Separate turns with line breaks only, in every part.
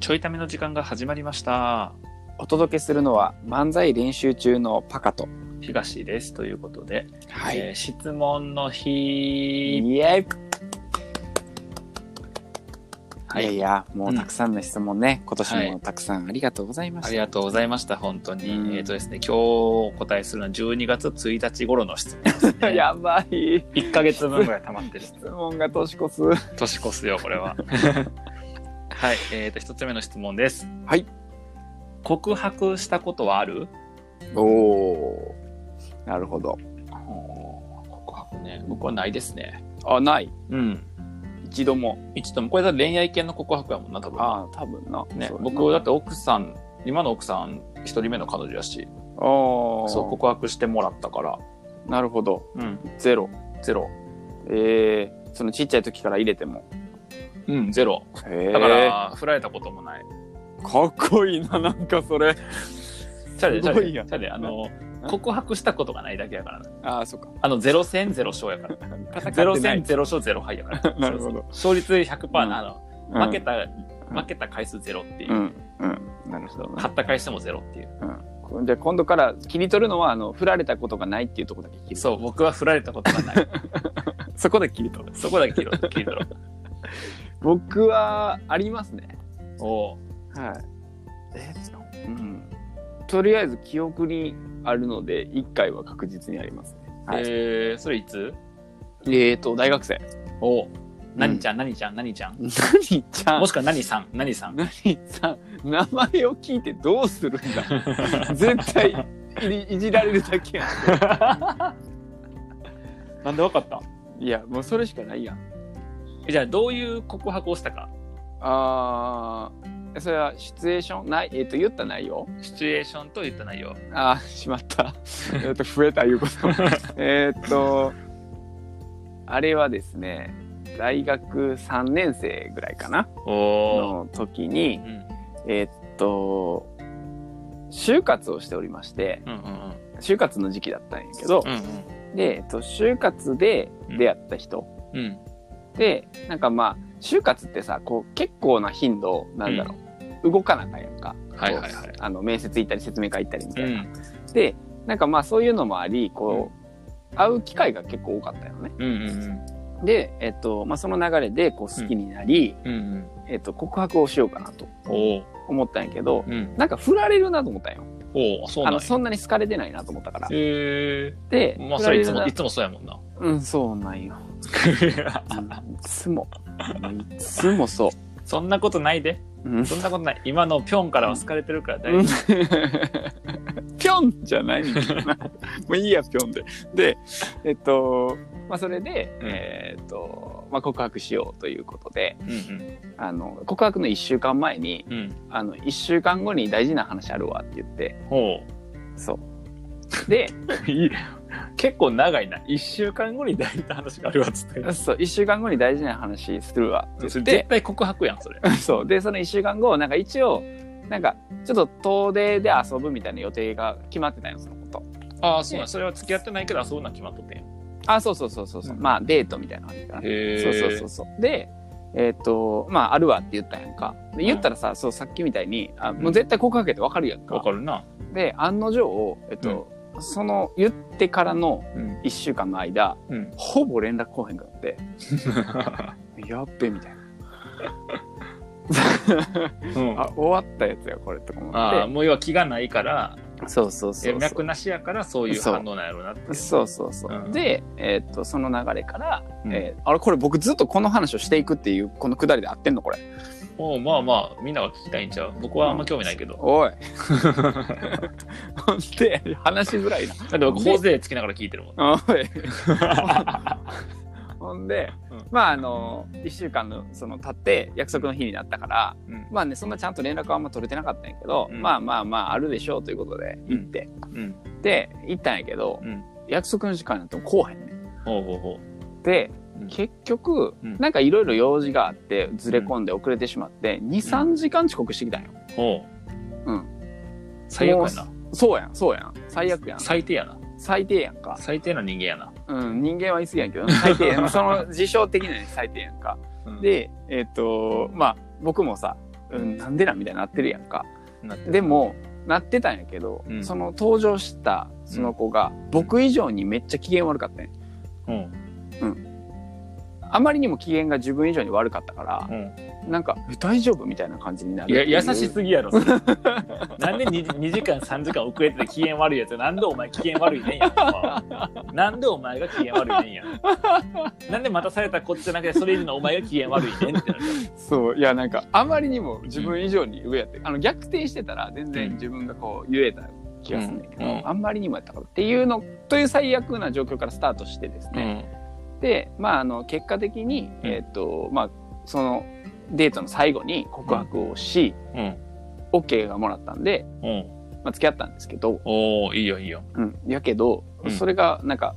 ちょいための時間が始まりました。
お届けするのは漫才練習中のパカと。
東です。ということで、
は
えー質問の日。
イエイ、
はい
やいや、もうたくさんの質問ね、今年
は
もたくさんありがとうございま
あ
し
り
た。
がとうございました、本当に。
うん
えっ、とですね、今日お答えするのは12月1日頃の質問です、ね。
やばい。
1ヶ月分ぐらい溜まってる。
質問が年越 す。
年越すよ、これは。 はい、えっ、と、1つ目の質問です。
はい。
告白したことはある
おお。なるほど。
告白ね。僕はないですね。
あ、ない。
うん。
一度も。
一度も、これだって恋愛系の告白やもんな、多分。
ああ、多分な。
ね
そう、だな
僕だって奥さん今の奥さん一人目の彼女やし
ああ。
そう告白してもらったから、
なるほど。
うん、
ゼロ。
ゼロ
ええそのちっちゃい時から入れても。
うんゼロ
へ
だから、振られたこともない
かっこいいな、なんかそれ。
チャレチ
す
ャ
ご
レ
い
チ
やん
ャレあの
な
告白したことがないだけやからな
ああ、そっか。
あのゼロ戦ゼロ勝やか らゼロ戦ゼロ勝ゼロ敗やから
なるほ
そ
ど
うそう勝率100%な、あの
うん
負けた、負けた回数ゼロっていう、
うんうんなるほどな
勝った回数もゼロっていう
じゃあ今度から切り取るのはあの振られたことがないっていうところだけ切る
そう僕は振られたことがない
そこで切り取る
そこだけ切ろう切ろう
僕はありますね
おう
はいえうんとりあえず記憶にあるので1回は確実にありますねは
え
い
ー、それいつ
えーと大学生
おう何ちゃん何ちゃん何ちゃん
何ちゃん
もしくは何さん、何さん。
何さん名前を聞いてどうするん だ絶対いりいじられるだけやん
なんでわかった
いやもうそれしかないやん
じゃあ、どういう告白をしたか。
あーそれはシチュエーションないえっ、と言った内容
シチュエーションと言った内容。
あーしまった。えっと、増えたい うこと。えーっと、あれはですね、大学3年生ぐらいかな
おお。
の時に
う、ん。
えーっと、就活をしておりまして、
うんうん
就活の時期だったんやけど
う、ん。
で、えっと、就活で出会った人、
うんうん。
で、なんかまあ、就活ってさ、こう、結構な頻度、なんだろう、動かなあかんやんか。
はいはいはい
こうあの、面接行ったり、説明会行ったりみた
う
いな。
ん。
でなんかまあそういうのもありこう、会う機会が結構多かったよね。
うんうん
で、えっとまあ、その流れでこう好きになり、
うん。うん
えっと、告白をしようかなと
うん。おお。
思ったんやけど、
うん。
なんか振られるなと思ったんよ
おお、そう
あ
なんや。
のそんなに好かれてないなと思ったから。
へえ。、
で
まあ、
振
そ
ら
れ
れ
いつ
る
も、
ない
つもそうやもんな。
うんそうなんよ。うんいつもいつもそう。
そんなことないで。
うん
そんなことない。今のピョンからは好かれてるから大丈夫。
ぴょんじゃないんだよなもういいやぴょんででえっとまあそれで、
うん
えっと、まあ、告白しようということで
うん
あの告白の1週間前に
うん。うん。
あの1週間後に大事な話あるわって言って
おお。
そうで
いい結構長いな。一週間後に大事な話があるわ、つって。
そう1週間後に大事な話するわって
そ
言
れ
っ
絶
て
対告白やん、そ れ。
そうでその1週間後なんか一応なんかちょっと遠出で遊ぶみたいな予定が決まってたよそのこと
ああ、そうなん。それは付き合ってないけど遊ぶのは決まっとってんや。
あそうそうそうそうそう、
うん
まあデートみたいな感じかな
へ
そうそうそうそう。で、えっ、と、まあ、あるわって言ったやんか。で言ったらさ、そう、さっきみたいに、あもう絶対告白やってわかるやんか。
わかるな。
で、案の定、えっ、と、その、言ってからの
うん。
1週間の間、
うん。
ほぼ連絡来へんくなって、やっべ、みたいな。 あ、終わったやつや、これ、とか思
ああ、
っ
もう要は気がないから、
て。そうそうそうそう。
脈なしやからそういう反応なんやろうなって。
そうそうそう。
うん
で、えっ、と、その流れから、
うん
えーあれ、これ僕ずっとこの話をしていくっていう、このくだりで合ってんのこれ。
おうまあまあ、みんなが聞きたいんちゃう。僕はあんま興味ないけ ど。
おい。ほんで、話しづらいな。
だって僕、
で
頬杖つきながら聞いてるもん。
おい。 ほんで、
うん
まああの1週間のその経って約束の日になったから
うん。
まあねそんなちゃんと連絡はあんま取れてなかったんやけど、
うん
まあまあまああるでしょうということで
うん
行って、
うん。
で行ったんやけど、
うん
約束の時間になってもこうへんねん。
ほうほうほ
で
う。うん
結局、
うん
なんかいろいろ用事があってずれ込んで遅れてしまって23時間遅刻してきたんよ。
ほう。
うん。
最悪やな。
そうやんそうやん最悪やん
最低やな。
最低やんか。
最低な人間やな。
うん、人間は言い過ぎやんけ ど最低まあその事象的なに最低やんか。
うん、
でえっ、とまあ僕もさうん、なんでなんみたいになってるやんか。
なって
でもなってたんやけど、
うん
その登場したその子が僕以上にめっちゃ機嫌悪かったんや
うん
あまりにも機嫌が自分以上に悪かったから
うん
なんか「え大丈夫?」みたいな感じにないる
や優しすぎやろそれなんで 2, 2時間3時間遅れてて機嫌悪いやつなんでお前機嫌悪いねんやほんまはなんでお前が機嫌悪いねんやなんで待たされたこっちじゃなくてそれ以上のお前が機嫌悪いねんってなる
そういやなんかあまりにも自分以上に上やって、あの逆転してたら全然自分がこう言えた気がするんだけど、
うんうん
あんまりにもやったからっていうのという最悪な状況からスタートしてですね、でまああの結果的に、
うん
えっ、とまあそのデートの最後に告白をし、
うん
OK がもらったんで、
うんうん
まあ、付き合ったんですけど、
おおいいよいいよ
うん、やけど、
うん
それがなんか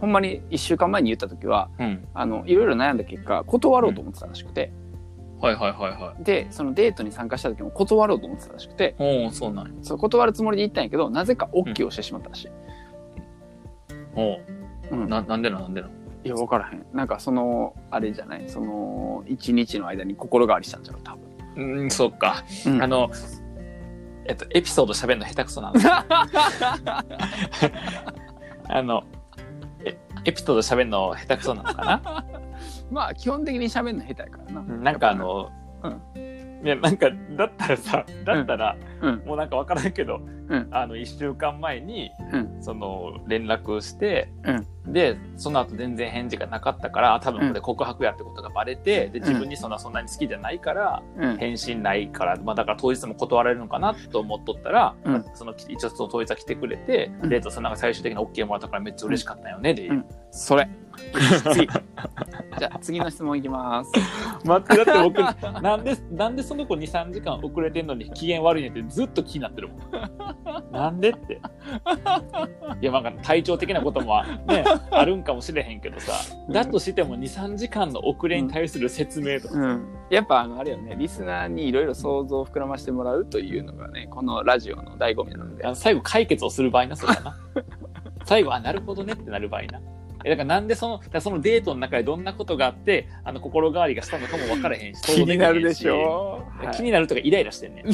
ほんまに1週間前に言った時は
うん
あのいろいろ悩んだ結果断ろうと思ってたらしくて、
はいはいはいは
でそのデートに参加した時も断ろうと思ってたらしくて
いおおそうなんや
そう断るつもりで行ったんやけどなぜか OK をしてしまったらしい。
お
うん
おななんでななんでない
や分からへんなんかそのあれじゃないその1日の間に心変わりしたんちゃう多分、
うんそっか
うん
あの、えっと、エピソード喋るの下手くそなんです あの、えエピソード喋るの下手くそなのかな
まあ基本的に喋るの下手やからな。
なんかあの、いや、なんか、だったらさ、だったら、
うん
もうなんかわからんけど、
うん
あの、1週間前に、
うん
その、連絡して、
うん
で、その後全然返事がなかったから、あ多分これ告白やってことがバレて、で、自分にそんなそんなに好きじゃないから、
うん
返信ないから、まあ、だから当日も断られるのかなと思っとったら、
うん
その一応その当日は来てくれて、
うん
デートさんなんか最終的に OK もらったからめっちゃ嬉しかったよね、で、
うんそれ 次じゃあ次の質問いきます。
待ってだって僕 なんでなんでその子23時間遅れてんのに機嫌悪いねってずっと気になってるもんなんでっていやなんか体調的なこともねあるんかもしれへんけどさだとしても23時間の遅れに対する説明とか、
うん、やっぱあのあれよねリスナーにいろいろ想像を膨らましてもらうというのがねこのラジオの醍醐味なので
あの最後解決をする場合なそうだ な最後あなるほどねってなる場合なえだからなんでそのだからそのデートの中でどんなことがあってあの心変わりがしたのかも分からへんし
気になるでし
想
ょ
像きへんし気になるとかイライラして んねん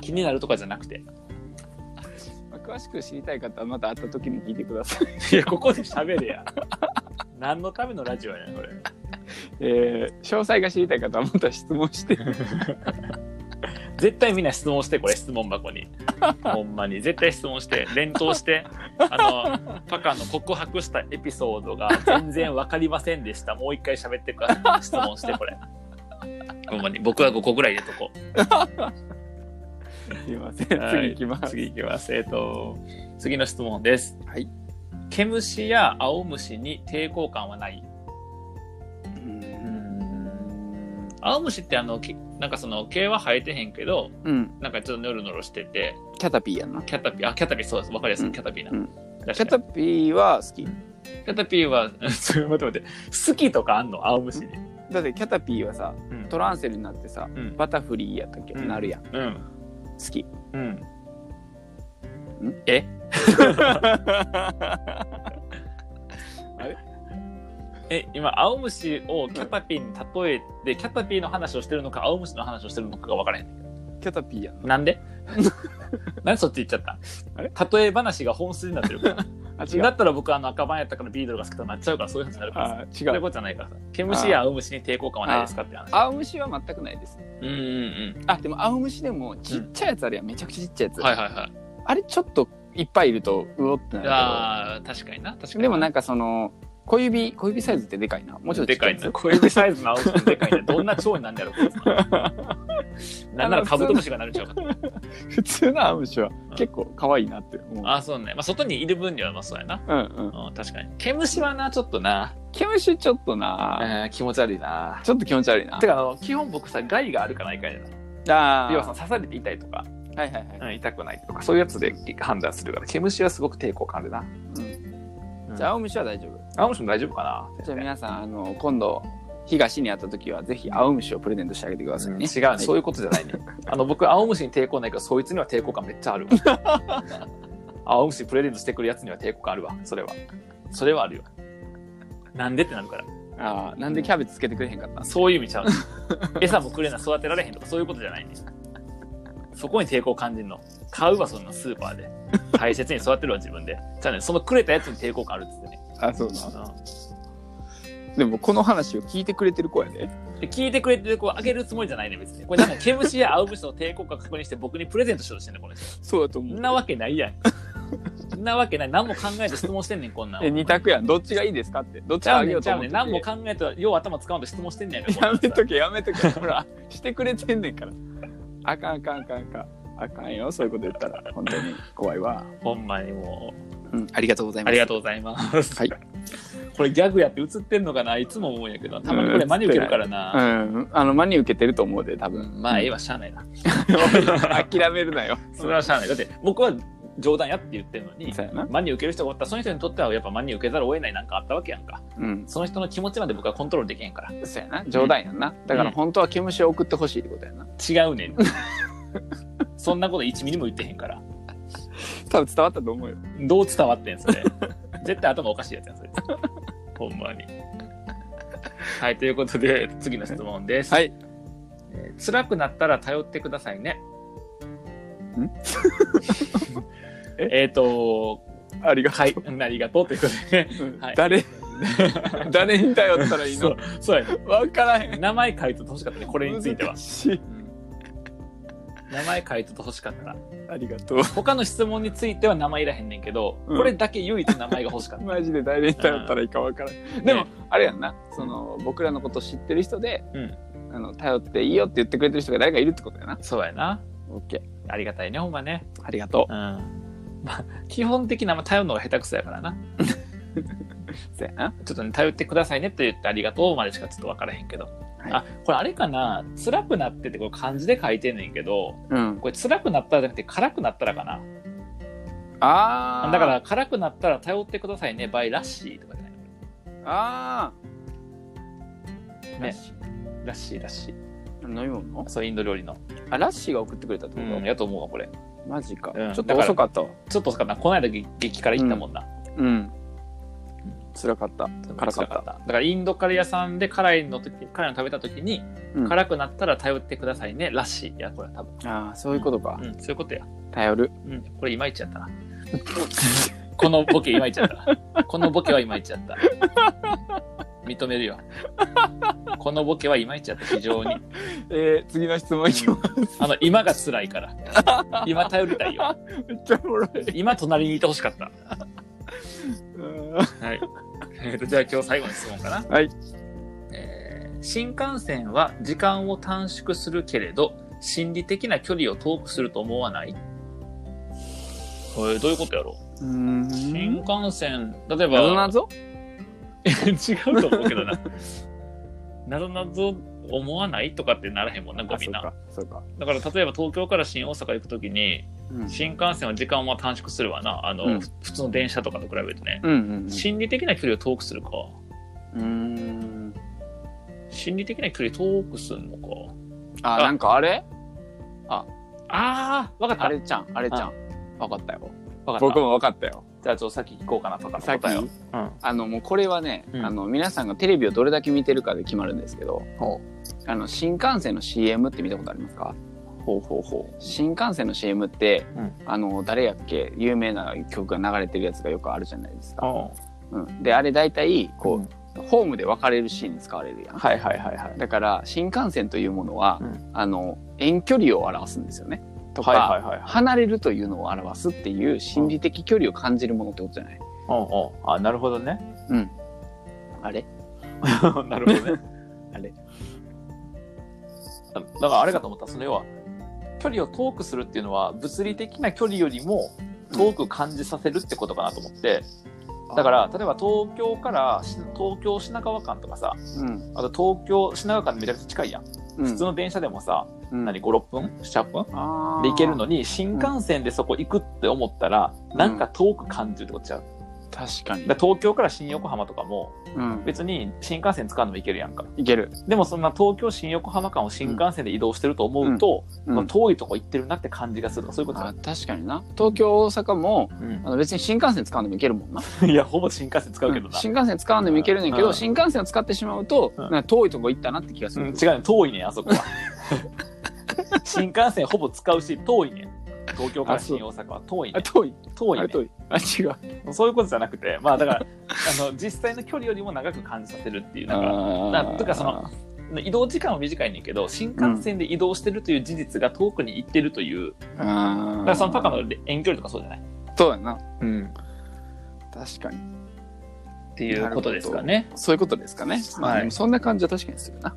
気になるとかじゃなくて
詳しく知りたい方はまた会った時に聞いてください、
いやここで喋れや 何のためのラジオやねんこれ
えー詳細が知りたい方はまた質問して
絶対みんな質問してこれ質問箱にほんまに絶対質問して連投してあのパカの告白したエピソードが全然わかりませんでしたもう一回喋ってください質問してこれほんまに僕は5個ぐらい入れとこう
すいません、
はい
次いきます
次いきますえっ、と次の質問です
はい
毛虫や青虫に抵抗感はないううんん青虫ってあのきなんかその毛は生えてへんけど
うん
なんかちょっとノロノロしてて
キャタピーやんな
キャタピーあキャタピーそうですわかりやす
う
い
ん
キャタピーな、
うん
確かに
キャタピーは好き
キャタピーは、 ちょ待って待って、好きとかあんの青虫に。
だってキャタピーはさ
うん
トランセルになってさ
うん
バタフリーやったっけ、
うん
なるやん
うん。
好 き
うん。
ん
えあれえ、今、青虫をキャタピーに例えて、キャタピーの話をしてるのか、青虫の話をしてるのかが分からへん。
キャタピーやんな
なんで なんでそっち行っちゃった
あれ
例え話が本筋になってるから。
あ違
だ
う
ったら僕、あの赤番やったからビードルが好きとなっちゃうから、そういう話になるからさ。
あ
そう
違
いう
う
ことじゃないからさ。毛虫や青虫に抵抗感はないですかって話。
青虫は全くないです
うんうんうん。
あでも青虫でもちっちゃいやつあるやん、めちゃくちゃちっちゃいやつ、
はいはいはい。
あれちょっといっぱいいるとうおってなるけど
ああ確かにな確かに
でもなんんかその小指小指サイズってでかいなもうちょっとち
で
っち
かい
ゃいや
な
つ
小指サイズの青虫でかいなどんな蝶になんだろうこいつ なんならカブトムシがなるちゃうか
普通の青虫は結構可愛いなって思う
ああそうね、まあ、外にいる分にはまあそうやな、
うんうん
うん、確かに毛虫はなちょっとな、
毛虫ちょっとな
えー気持ち悪いな
ちょっと気持ち悪いな
てかあの基本僕さ害があるかないかやな
あー
要はさ刺されて痛いとか、
はいはいはい、
うん痛くないとかそういうやつで判断するから毛虫はすごく抵抗感あるな
うん
うん
じゃあ青虫は大丈夫
青虫も大丈夫かな
じゃあ皆さんあの今度東に会った時はぜひ青虫をプレゼントしてあげてくださいね、
違う、そういうことじゃないね。 あの僕、青虫に抵抗ないけど、そいつには抵抗感めっちゃあるわ。 青虫プレゼントしてくるやつには抵抗感あるわ、それは。それはあるよ。なんでってなるから。
あーなんでキャベツつけてくれへんかったん
そういう意味 ちゃう餌もくれな育てられへんとかそういうことじゃないねそこに抵抗感じるの買うわそんなスーパーで大切に育てるわ自分でじゃあねそのくれたやつに抵抗感あるっつってね、
あそう
う
でもこの話を聞いてくれてる子やで
ん、で聞いてくれてこうあげるつもりじゃないね別にこれなんか毛虫や青虫の抵抗感確認して僕にプレゼントしようとしてんねこの人
そうだと
そ
思
んなわけないやんそんなわけない何も考えて質問してんねんこんなん
え二択やんどっちがいいですかってどっち
ちゃ
があ
う
げ
ね
よ
ん
う
ち
と
ゃう
思っ
ね
て
ん
て
何も考えてよう頭使うんと質問してんねんやん
やめとけやめとけほらしてくれてんねんからあかんあかんあかんあかんあかんよそういうこと言ったら本当に怖いわ、
ほんまにもう
うん、ありがとうござい
ありがとうございます、
はい
これギャグやって映ってんのかないつも思うんやけどたまにこれ真に受けるからな、
うんあの真に受けてると思うで多分
まあええわしゃあないな
諦めるなよ
それはしゃあないだって僕は冗談やって言ってるのに
そうやな
真に受ける人がおったらその人にとってはやっぱ真に受けざるを得ないなんかあったわけやんか
うん
その人の気持ちまで僕はコントロールできへんから
そうやな冗談やんな、だから本当は毛虫を送ってほしいってことやな
違う ねんそんなこと1ミリも言ってへんから
多分伝わったと思うよ
どう伝わってんそれ絶対頭おかしいやつやんそれ ほんまにはいということで次の質問です、
はい
えー辛くなったら頼ってくださいね
ん
えっと
ありが
はいありがとうということで
うん
はい
誰誰に頼ったらいい
そう
の
そうやね
分からへん
名前書いとってほしかったねこれについては
難しい
名前書いとってほしかった
ありがとう
他の質問については名前いらへんねんけど、
うん
これだけ唯一名前が欲しかった、
マジで誰に頼ったらいいか分からんでもあれやんなその僕らのこと知ってる人で
うん
あの頼っていいよって言ってくれてる人が誰かいるってことやな
そうやな
OK
ありがたいねほんまね
ありがと
うんまあ 基本的な、まあ、頼るのが下手くそやからな
うそうやな
ちょっとね頼ってくださいねって言ってありがとうまでしかちょっと分からへんけど、
はい
あこれあれかな辛くなってってこれ漢字で書いてんねんけど
うん
これ辛くなったらじゃなくて辛くなったらかな
ああ
だから辛くなったら頼ってくださいねバイラッシーとかじゃない
ああ
ねラッシーラッシ
飲み物
ーそうインド料理の、
あラッシーが送ってくれたって
う
こ
ん、
と
やと思うわこれ
マジか
うん
ちょっと遅かったわ
ちょっとかなこの間激激辛行ったもんな、
うん辛かった
辛
辛かった
だからインドカレー屋さんで辛いの時辛いの食べた時に、
うん
辛くなったら頼ってくださいねラッシーいやこれは多分、
ああそういうことか
うん、そういうことや
頼る
うん、これいまいちやった な。このボケいまいちやったな。このボケはいまいちやった。認めるよ。このボケはいまいちやった、非常に。
えー次の質問いきます
あの、今が辛いから。今頼りたいよ。
め っちゃおもろい
今隣にいてほしかった。
うん
はい。えーとじゃあ今日最後の質問かな。
はい
えー新幹線は時間を短縮するけれど、心理的な距離を遠くすると思わないえーどういうことやろう
うー
新
ん
幹線、例えば、
謎謎
違うと思うけどな。なぞなぞ思わないとかってならへんもんな、ゴ
あ
ミ
そう
な。
かそうか
だから例えば東京から新大阪行くときに、
うん
新幹線は時間は短縮するわな、あの、
うん
ふ普通の電車とかと比べてね。
うんうん
心理的な距離を遠くするか。
うんうーん
心理的な距離遠くするのか。
あなんかあれ
ああ、わかった。
あれちゃんあれちゃんわかったよ
わかっ
僕
た。
もわかったよ
じゃあちょっと先行こうかなとか。
さっき
答えをうん。
あのもうこれはね、
うん
あの皆さんがテレビをどれだけ見てるかで決まるんですけど
ほ
あの新幹線の CM って見たことありますか
ほうほうほ
新幹線の CM って、
うん
あの誰やっけ有名な曲が流れてるやつがよくあるじゃないです
う。
か、うん、であれ大体こ
う
う、ホームで分かれるシーンに使われるやん、
はいはいはいはい。
だから新幹線というものは、
うん
あの遠距離を表すんですよねとか、
はいはいはいはい。
離れるというのを表すっていう心理的距離を感じるものってことじゃない、
うんうん。あ、なるほどね。
あれ
なるほどね。あれ。だからあれかと思った。その要は、距離を遠くするっていうのは、物理的な距離よりも遠く感じさせるってことかなと思って、だから、例えば東京からし、東京品川間とかさ、
うん、
あと東京品川間ってめちゃくちゃ近いやん。
普
普通の電車でもさ、
うん
何、5、6分 ?7、8分
あー
で行けるのに、新幹線でそこ行くって思ったら、なんか遠く感じるってことちゃう。
確かに
だから東京から新横浜とかも
うん
別に新幹線使うのも行けるやんか
いける
でもそんな東京新横浜間を新幹線で移動してると思うと、
うん
まあ遠いとこ行ってるなって感じがするとかそういうこと
あ
だ、
確かにな東京大阪も
うん
あの別に新幹線使わんでもいけるもんな、
いやほぼ新幹線使うけど
うん
な、
新幹線使わんでもいけるねんけど、
うん
新幹線を使ってしまうと、
うん
なんか遠いとこ行ったなって気がす
うん
る、
違うね遠いねあそこは新幹線ほぼ使うし遠いね東京から新大阪は遠い
あ
ね
遠い
遠い
あ
ね
遠いあ違う
そういうことじゃなくてまあだから あの実際の距離よりも長く感じさせるっていうなんか
あ
な
ー
んかその移動時間は短いねんけど新幹線で移動してるという事実が遠くに行ってるという、
あー
だからそのパカの遠距離とかそうじゃない、
そうやな
うん、
確かに
っていうことですかね。
そういうことですかね、まあ
はい
でもそんな感じは確かにするな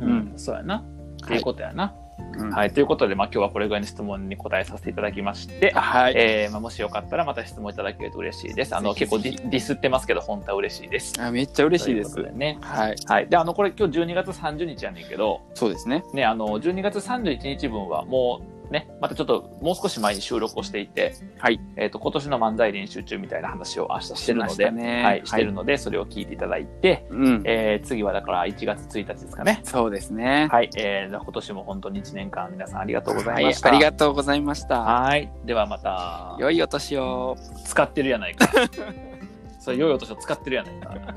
う
ど
ん、そうやな。っていうことやな。
うん
はい、ということで、まあ、今日はこれぐらいの質問に答えさせていただきまして、
はい、
えーまあ、もしよかったらまた質問いただけると嬉しいです。あの
ぜ
結構
ひぜ
デ
ひ
ィディスってますけど、本当は嬉しいです。
あめっちゃ嬉しいです
とうことね。
はい
はい、であのこれ今日12月30日やねんけど、
そうですね
ね、あの12月31日分はもうねまたちょっともう少し前に収録をしていて、
はい
えー、と今年の漫才練習中みたいな話を明日してるので
しましたね
はい、してるのでそれを聞いていただいて、
うん
えー次はだから1月1日ですかね。
そうです ね
はい、えー、じゃあ今年も本当に1年間皆さんありがとうござい
は
ま
い
した。
ありがとうございました
はいではまた
良いお年を
使ってるやないか。それ良いお年を使ってるやないか。